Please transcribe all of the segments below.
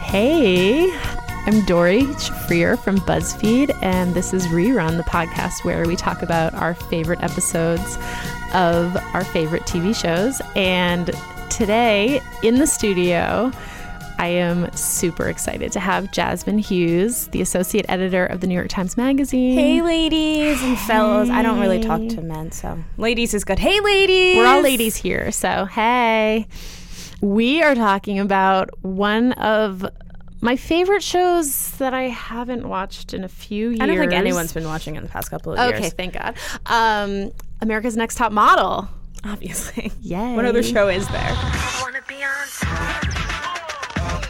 Hey, I'm Dory Freer from BuzzFeed, and this is Rerun, the podcast where we talk about our favorite episodes of our favorite TV shows. And today in the studio, I am super excited to have Jasmine Hughes, the associate editor of the New York Times Magazine. Hey, ladies and fellows. I don't really talk to men, so ladies is good. Hey, ladies. We're all ladies here, so hey. We are talking about one of my favorite shows that I haven't watched in a few years. I don't think anyone's been watching in the past couple of Okay, years. thank God. Um, America's Next Top Model. Obviously. Yay. What other show is there? Wanna be on top. Wanna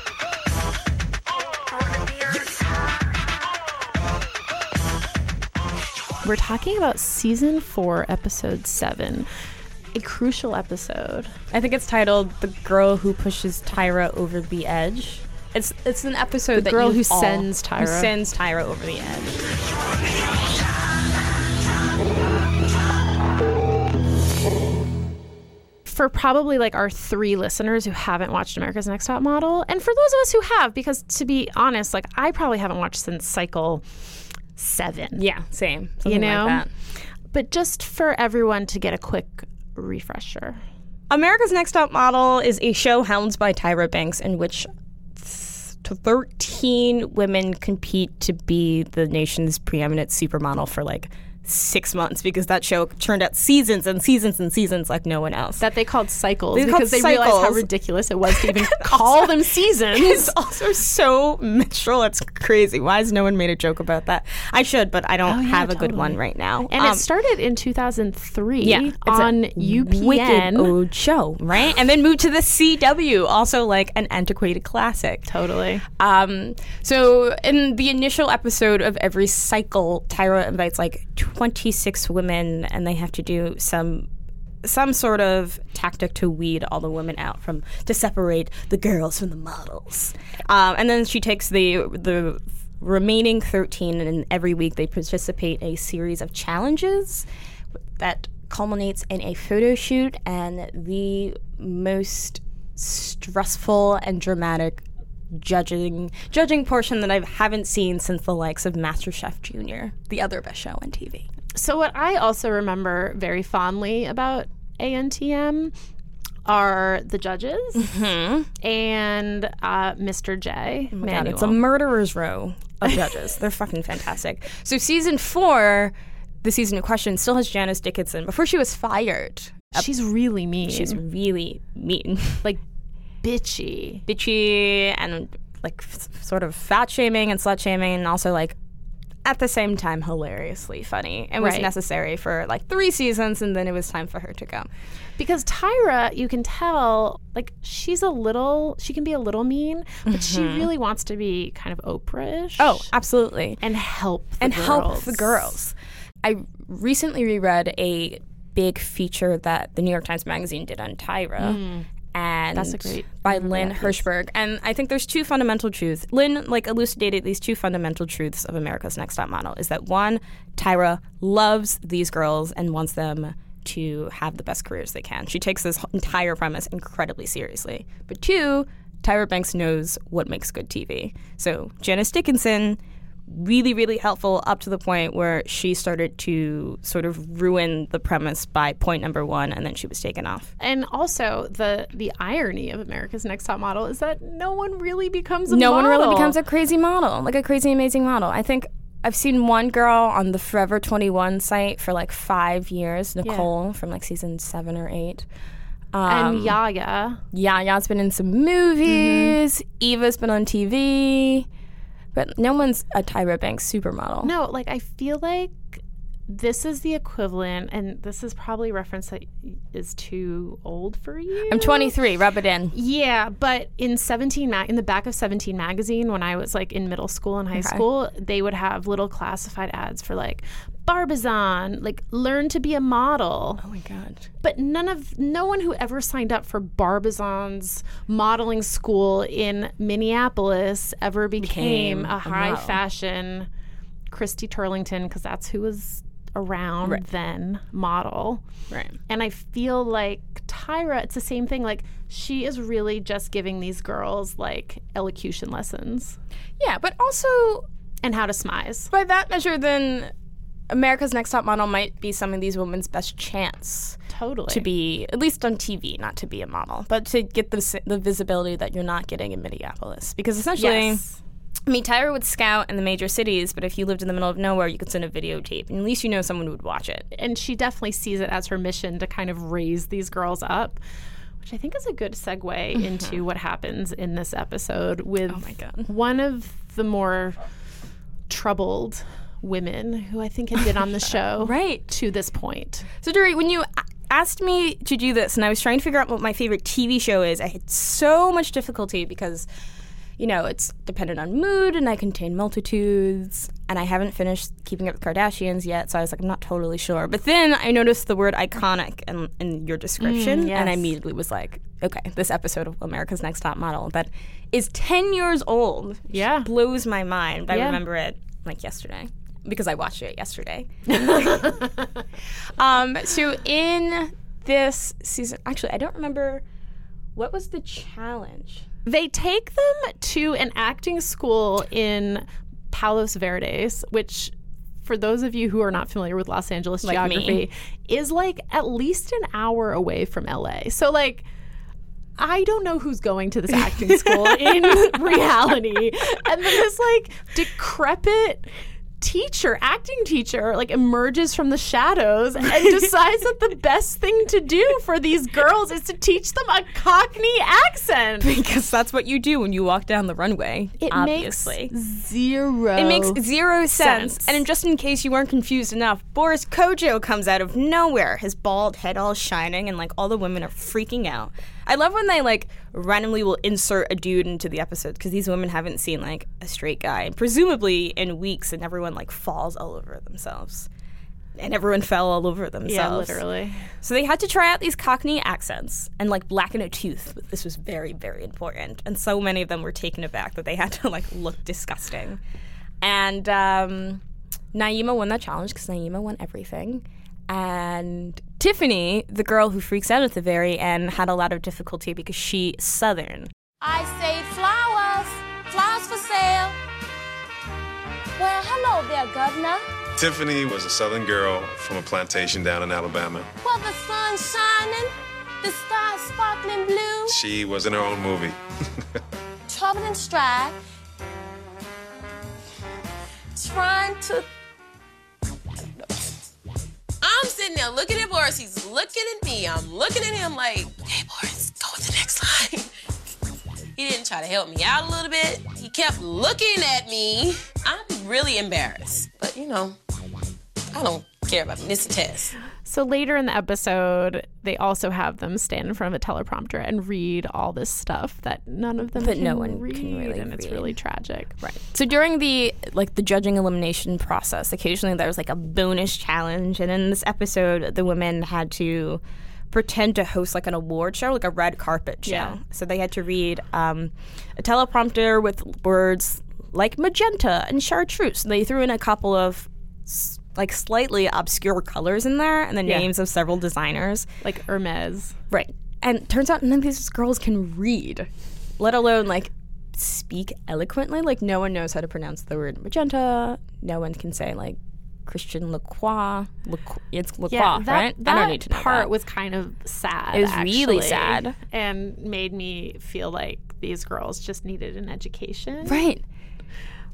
be on top. We're talking about season four, episode seven, a crucial episode. I think it's titled "The Girl Who Pushes Tyra Over the Edge." It's it's an episode the that girl you who all- sends who Tyra. sends Tyra over the edge. For probably like our three listeners who haven't watched America's Next Top Model, and for those of us who have, because to be honest, like I probably haven't watched since cycle seven. Yeah, same. Something know? like that. But just for everyone to get a quick refresher. America's Next Top Model is a show housed by Tyra Banks in which th- 13 women compete to be the nation's preeminent supermodel for like six months because that show churned out seasons and seasons and seasons like no one else. That they called cycles They because called they realized how cycles. ridiculous it was to even call them seasons. It's also so menstrual. It's crazy. Why has no one made a joke about that? I should, but I don't Oh, yeah, have a good totally. one right now. And Um, it started in 2003 yeah, it's a on Um, wicked UPN. old show, right? And then moved to the CW, also like an antiquated classic. Totally. Um, so in the initial episode of every cycle, Tyra invites like 26 women, and they have to do some some sort of tactic to weed all the women out from to separate the girls from the models. Um, and then she takes the the remaining 13, and every week they participate in a series of challenges that culminates in a photo shoot and the most stressful and dramatic judging judging portion that I haven't seen since the likes of MasterChef Junior, the other best show on TV. So what I also remember very fondly about ANTM are the judges Mm-hmm. and uh, Mr. J. God, Manuel. it's a murderer's row of judges. They're fucking fantastic. So season four, the season in question, still has Janice Dickinson. Before she was fired, she's really mean. she's really mean, like bitchy. bitchy, and like f- sort of fat shaming and slut shaming, and also like at the same time hilariously funny. It was Right. necessary for like three seasons, and then it was time for her to go. Because Tyra, you can tell, like she's a little, she can be a little mean, but she really wants to be kind of Oprah-ish. Mm-hmm. Oh, absolutely. and help the and girls. help the girls. I recently reread a big feature that the New York Times Magazine did on Tyra. And That's a great- by Lynn Hirschberg. And I think there's two fundamental truths. Lynn like elucidated these two fundamental truths of America's Next Top Model is that one, Tyra loves these girls and wants them to have the best careers they can. She takes this entire premise incredibly seriously. But two, Tyra Banks knows what makes good TV. So Janice Dickinson really, really helpful up to the point where she started to sort of ruin the premise by point number one, and then she was taken off. And also the the irony of America's Next Top Model is that no one really becomes a No one really model. becomes a crazy model, like a crazy, amazing model. I think I've seen one girl on the Forever 21 site for like five years, Nicole from like season seven or eight. um, and Yaya. Yaya's been in some movies, Eva's been on TV, but no one's a Tyra Banks supermodel. No, like I feel like this is the equivalent, and this is probably a reference that is too old for you. I'm 23, rub it in. yeah, but in 17 ma- in the back of 17 magazine when I was like in middle school and high school, they would have little classified ads for like Barbizon, like learn to be a model. Oh my God. but none of no one who ever signed up for Barbizon's modeling school in Minneapolis ever became, Became a a high model. fashion Christy Turlington because that's who was around then model. Right. And I feel like Tyra, it's the same thing. Like she is really just giving these girls like elocution lessons Yeah, but also and how to smize. by that measure, then America's Next Top Model might be some of these women's best chance Totally. to be, at least on TV, not to be a model, but to get the s- the visibility that you're not getting in Minneapolis. Because essentially, yes. I mean, Tyra would scout in the major cities, but if you lived in the middle of nowhere, you could send a videotape, and at least you know someone would watch it. And she definitely sees it as her mission to kind of raise these girls up, which I think is a good segue into what happens in this episode with Mm-hmm. Oh my God. one of the more troubled women who I think had been on the show Right. to this point. So, Dory, when you a- asked me to do this, and I was trying to figure out what my favorite TV show is, I had so much difficulty because, you know, it's dependent on mood, and I contain multitudes, and I haven't finished Keeping Up with Kardashians yet, so I was like, I'm not totally sure. But then I noticed the word iconic in, in your description, and I yes. immediately was like, okay, this episode of America's Next Top Model that is 10 years old Yeah. blows my mind. But I Yeah. remember it like yesterday because I watched it yesterday. um, so in this season, actually, I don't remember what was the challenge. They take them to an acting school in Palos Verdes, which for those of you who are not familiar with Los Angeles me. geography is like at least an hour away from LA. So like I don't know who's going to this acting school in reality. And then this like decrepit teacher, acting teacher, like emerges from the shadows and decides that the best thing to do for these girls is to teach them a Cockney accent. Because that's what you do when you walk down the runway. It obviously. makes zero. it makes zero sense. sense. And just in case you weren't confused enough, Boris Kojo comes out of nowhere, his bald head all shining, and like all the women are freaking out. I love when they like randomly will insert a dude into the episode because these women haven't seen like a straight guy, presumably in weeks, and everyone like falls all over themselves. And everyone fell all over themselves. yeah, literally. So they had to try out these Cockney accents and like blacken a tooth. But this was very, very important. And so many of them were taken aback that they had to like look disgusting. And um, Naima won that challenge because Naima won everything. And Tiffany, the girl who freaks out at the very end, had a lot of difficulty because she's Southern. I say flowers, flowers for sale. Well, hello there, Governor. Tiffany was a southern girl from a plantation down in Alabama. Well, the sun's shining, the stars sparkling blue. She was in her own movie. Trouble and strife, trying to. I'm sitting there looking at Boris. He's looking at me. I'm looking at him like, hey, Boris, go with the next line. he didn't try to help me out a little bit. He kept looking at me. I'm really embarrassed. But, you know, I don't care about this test. So later in the episode, they also have them stand in front of a teleprompter and read all this stuff that none of them That can no one can read, really and it's read. really tragic. Right. So during the like the judging elimination process, occasionally there was like a bonus challenge, and in this episode, the women had to pretend to host like an award show, like a red carpet show. Yeah. So they had to read um, a teleprompter with words like magenta and chartreuse. They threw in a couple of s- like slightly obscure colors in there and the names of several designers. Like Hermes. Right. And turns out none of these girls can read, let alone like speak eloquently. Like no one knows how to pronounce the word magenta. No one can say like Christian Lacroix. Lacroix it's Lacroix, that, right? That I don't need to know part that. was kind of sad. It was really actually, sad. and made me feel like these girls just needed an education right.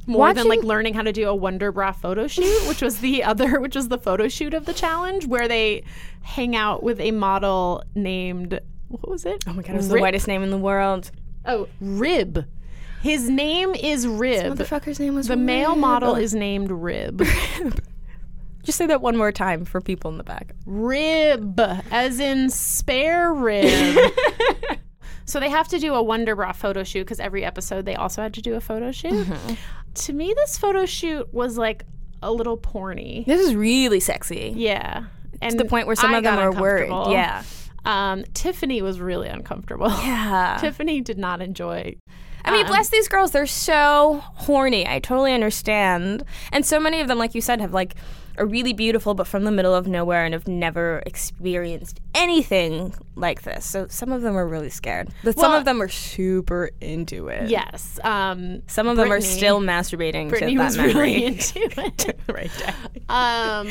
more than like watching- learning how to do a Wonder Bra photo shoot, which was the other, which was the photo shoot of the challenge where they hang out with a model named what was it? Oh my God, it was the whitest name in the world. Oh, Rib. His name is Rib. Motherfucker's name was the male model is named Rib. Just say that one more time for people in the back. Rib, as in spare rib. so they have to do a Wonder Bra photo shoot because every episode they also had to do a photo shoot. Mm-hmm. To me, this photo shoot was like a little porny. This is really sexy. Yeah. And To the point where some I of them got are worried. uncomfortable. Yeah. Um, Tiffany was really uncomfortable. Yeah. Tiffany did not enjoy I mean, bless these girls. They're so horny. I totally understand. And so many of them, like you said, have like are really beautiful, but from the middle of nowhere and have never experienced anything like this. So some of them are really scared. But some Well- of them are super into it. Yes. Um, Some of them are Brittany- still masturbating Brittany to that was memory. really into it. right. Um,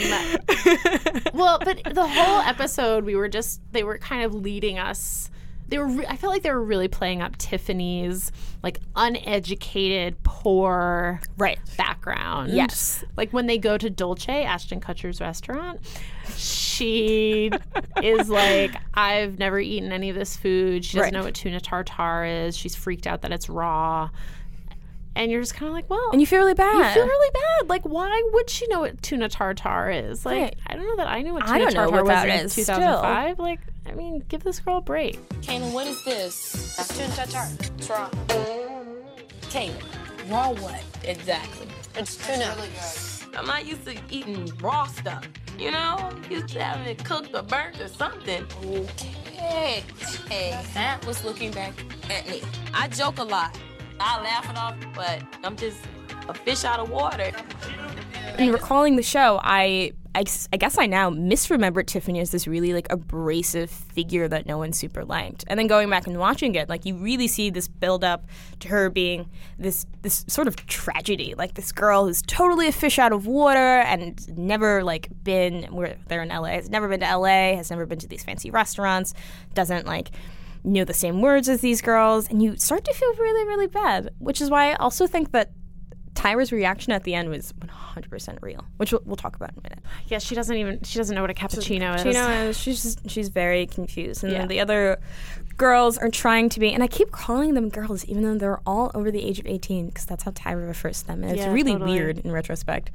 well, but the whole episode, we were just, they were kind of leading us. They were, re- I felt like they were really playing up Tiffany's, like, uneducated, poor Right. background. Yes. Like, when they go to Dolce, Ashton Kutcher's restaurant, she is like, I've never eaten any of this food. She doesn't Right. know what tuna tartare is. She's freaked out that it's raw. And you're just kind of like, well, And you feel really bad. I feel really bad. Like, why would she know what tuna tartare is? Like, Right. I don't know that I knew what I tuna don't know tartare what was that in is 2005. Like, I mean, give this girl a break. Kaylin, what is this? That's tuna tartare. It's raw. Kaylin, raw what? Exactly. It's tuna. I'm not used to eating raw stuff. You know, I'm used to having it cooked or burnt or something. Okay. Hey, that was looking back at me. I joke a lot. I laugh it off, but I'm just a fish out of water. And recalling the show, I, I, s- I guess I now misremembered Tiffany as this really like abrasive figure that no one super liked. And then going back and watching it, like you really see this build up to her being this this sort of tragedy, like this girl who's totally a fish out of water and never like been where they're in LA, has never been to LA, has never been to these fancy restaurants, doesn't like know the same words as these girls, and you start to feel really, really bad. Which is why I also think that Tyra's reaction at the end was 100% real, which we'll, we'll talk about in a minute. Yeah, she doesn't even, she doesn't know what a cappuccino is. You know, she's just, she's very confused, and Yeah. then the other girls are trying to be. And I keep calling them girls, even though they're all over the age of 18, because that's how Tyra refers to them, and it's Yeah, really totally. weird in retrospect.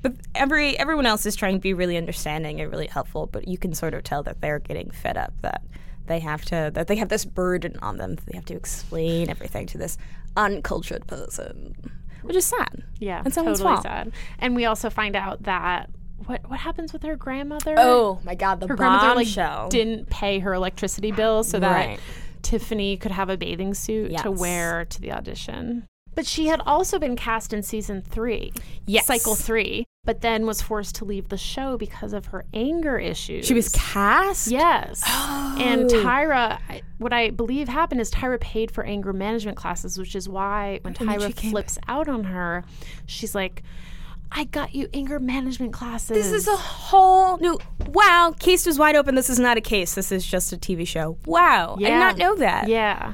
But every everyone else is trying to be really understanding and really helpful, but you can sort of tell that they're getting fed up that they have to that they have this burden on them. that They have to explain everything to this uncultured person, which is sad. Yeah, it's someone's totally fault. sad. And we also find out that what what happens with her grandmother? Oh my god, the her grandmother like bombshell. didn't pay her electricity bill so that Right. Tiffany could have a bathing suit Yes. to wear to the audition. But she had also been cast in season three, Yes. cycle three, but then was forced to leave the show because of her anger issues. She was cast. Yes. And Tyra, I- what I believe happened is Tyra paid for anger management classes, which is why when Tyra flips out on her, she's like, I got you anger management classes. This is a whole new. Wow, case was wide open. This is not a case. This is just a TV show. Wow, I did Yeah. not know that. Yeah.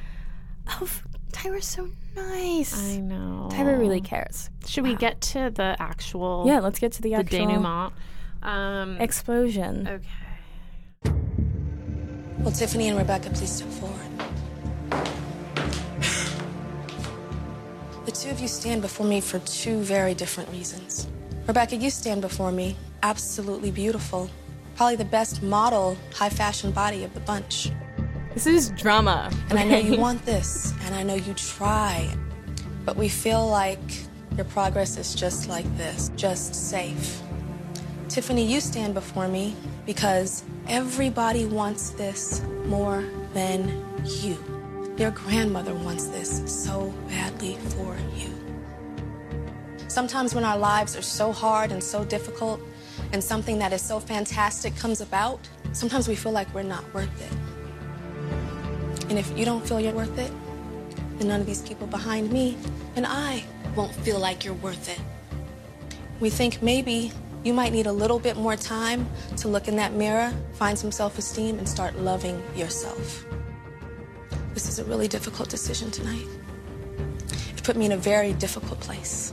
Oh, f- Tyra's so nice. I know. Tyra really cares. Should we get to the actual Yeah, let's get to the the actual denouement? Um, explosion. okay. Will Tiffany and Rebecca please step forward? The two of you stand before me for two very different reasons. Rebecca, you stand before me, absolutely beautiful. Probably the best model, high fashion body of the bunch. This is drama. And I know you want this, and I know you try, but we feel like your progress is just like this, just safe. Tiffany, you stand before me because everybody wants this more than you. Your grandmother wants this so badly for you. Sometimes when our lives are so hard and so difficult, and something that is so fantastic comes about, sometimes we feel like we're not worth it. And if you don't feel you're worth it, then none of these people behind me and I won't feel like you're worth it. We think maybe you might need a little bit more time to look in that mirror, find some self esteem, and start loving yourself. This is a really difficult decision tonight. It put me in a very difficult place.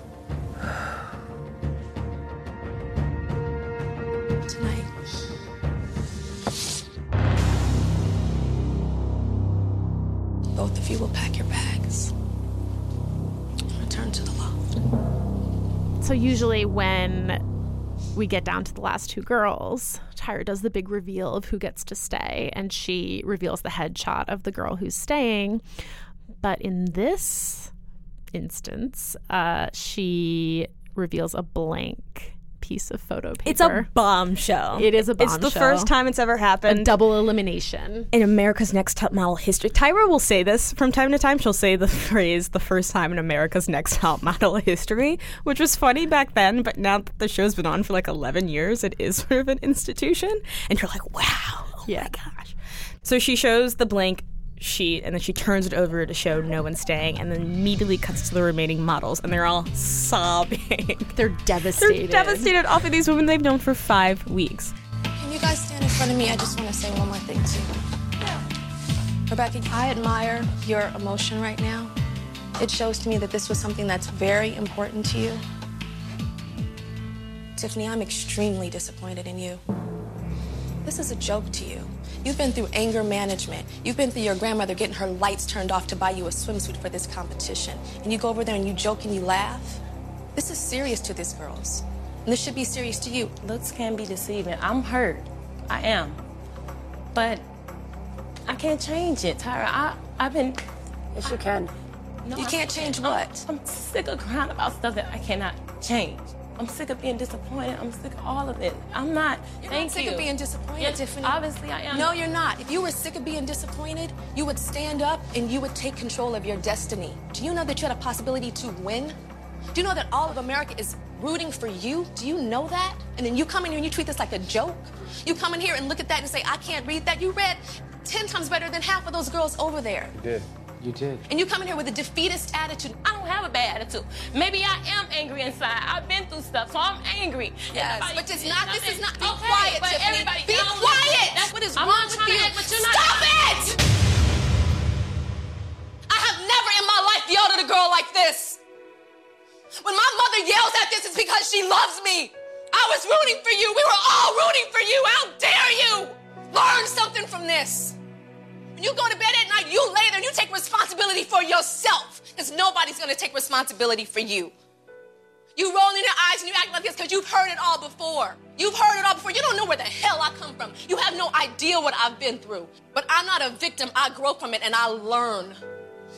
Tonight. Both of you will pack your bags and return to the loft. So usually when we get down to the last two girls, Tyra does the big reveal of who gets to stay, and she reveals the headshot of the girl who's staying. But in this instance, uh, she reveals a blank piece of photo paper. It's a bombshell. It is a It's the bombshell. first time it's ever happened. double elimination. in America's Next Top Model history. Tyra will say this from time to time. She'll say the phrase "the first time in America's Next Top Model history," which was funny back then, but now that the show's been on for like 11 years, it is sort of an institution. And you're like, wow, oh Yeah. my gosh. So she shows the blank sheet and then she turns it over to show no one's staying and then immediately cuts to the remaining models and they're all sobbing. They're devastated. They're devastated off of these women they've known for five weeks. Can you guys stand in front of me? I just want to say one more thing, too. Rebecca, I admire your emotion right now. It shows to me that this was something that's very important to you. Tiffany, I'm extremely disappointed in you. This is a joke to you. You've been through anger management. You've been through your grandmother getting her lights turned off to buy you a swimsuit for this competition. And you go over there and you joke and you laugh. This is serious to these girls. And this should be serious to you. Looks can be deceiving. I'm hurt. I am. But I can't change it, Tyra. I, I've been. Yes, you can. No, You I can't change I'm- what? I'm, sick of crying about stuff that I cannot change. I'm sick of being disappointed. I'm sick of all of it. I'm not. You're thank not sick you. of being disappointed, Yeah, Tiffany. Obviously, I am. No, you're not. If you were sick of being disappointed, you would stand up and you would take control of your destiny. Do you know that you had a possibility to win? Do you know that all of America is rooting for you? Do you know that? And then you come in here and you treat this like a joke? You come in here and look at that and say, I can't read that. You read 10 times better than half of those girls over there. did. You did. And you come in here with a defeatist attitude. I don't have a bad attitude. Maybe I am angry inside. I've been through stuff, so I'm angry. Yes, Everybody- but it's not. This is not. Be Okay, quiet, but Tiffany. everybody, be y'all- quiet. That's what is I'm wrong not with trying you. To act, but you're not, Stop it! I have never in my life yelled at a girl like this. When my mother yells at this, it's because she loves me. I was rooting for you. We were all rooting for you. How dare you? Learn something from this. When you go to bed at night, you lay there and you take responsibility for yourself. Because nobody's going to take responsibility for you. You roll in your eyes and you act like this because you've heard it all before. You've heard it all before. You don't know where the hell I come from. You have no idea what I've been through. But I'm not a victim. I grow from it and I learn.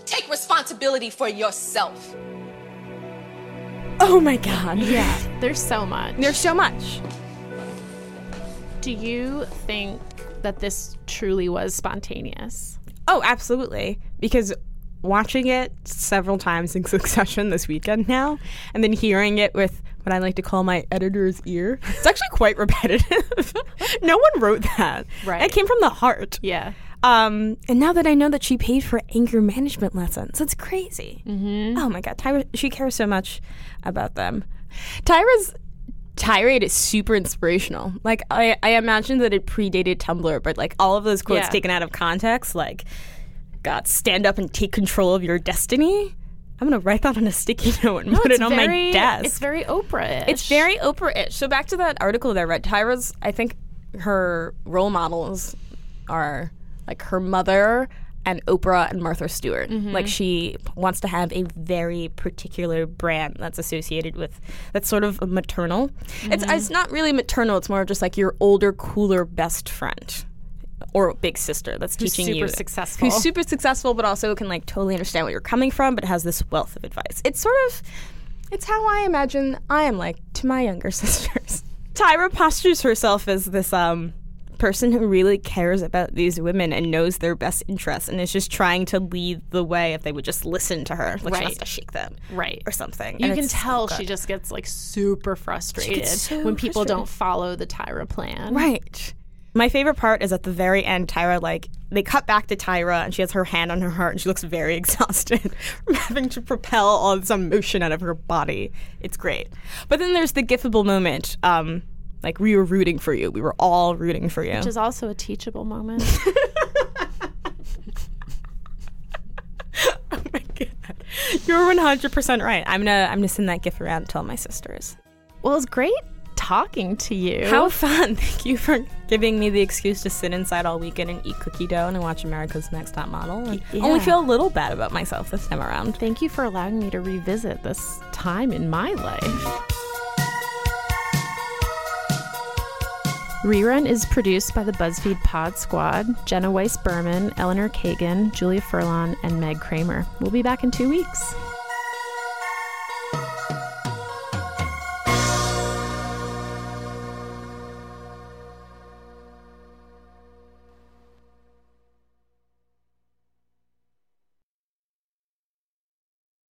Take responsibility for yourself. Oh my god. Yeah. There's so much. There's so much. Do you think that this truly was spontaneous? Oh, absolutely. Because watching it several times in succession this weekend now, and then hearing it with what I like to call my editor's ear, it's actually quite repetitive. no one wrote that. Right. It came from the heart. Yeah. Um, and now that I know that she paid for anger management lessons, it's crazy. Mm-hmm. Oh my god, Tyra, she cares so much about them. Tyra's tirade is super inspirational. Like I, I imagine that it predated Tumblr, but like all of those quotes Yeah. taken out of context, like God, stand up and take control of your destiny. I'm gonna write that on a sticky note and put it on my desk. It's very Oprah. It's very Oprah-ish. So back to that article that I read. Tyra's, I think, her role models are like her mother and Oprah and Martha Stewart. Mm-hmm. Like she wants to have a very particular brand that's associated with that's sort of maternal. It's Mm-hmm. it's not really maternal. It's more just like your older, cooler best friend. Or big sister that's teaching super you successful. who's super successful, but also can like totally understand where you're coming from, but has this wealth of advice. It's sort of it's how I imagine I am like to my younger sisters. Tyra postures herself as this um person who really cares about these women and knows their best interests and is just trying to lead the way if they would just listen to her. Like she Right. wants to shake them. Right. Or something. You And can it's so tell good. she just gets like super frustrated so when people frustrated. don't follow the Tyra plan. Right. My favorite part is at the very end, Tyra, like, they cut back to Tyra and she has her hand on her heart and she looks very exhausted from having to propel all this emotion out of her body. It's great. But then there's the gifable moment. Um, like, we were rooting for you. We were all rooting for you. Which is also a teachable moment. oh my God. You're 100% right. I'm gonna, I'm gonna send that gif around to all my sisters. well, it's great talking to you. How fun. Thank you for giving me the excuse to sit inside all weekend and eat cookie dough and watch America's Next Top Model. And I only Yeah. feel a little bad about myself this time around. Thank you for allowing me to revisit this time in my life. Rerun is produced by the BuzzFeed Pod Squad, Jenna Weiss Berman, Eleanor Kagan, Julia Furlan, and Meg Kramer. We'll be back in two weeks.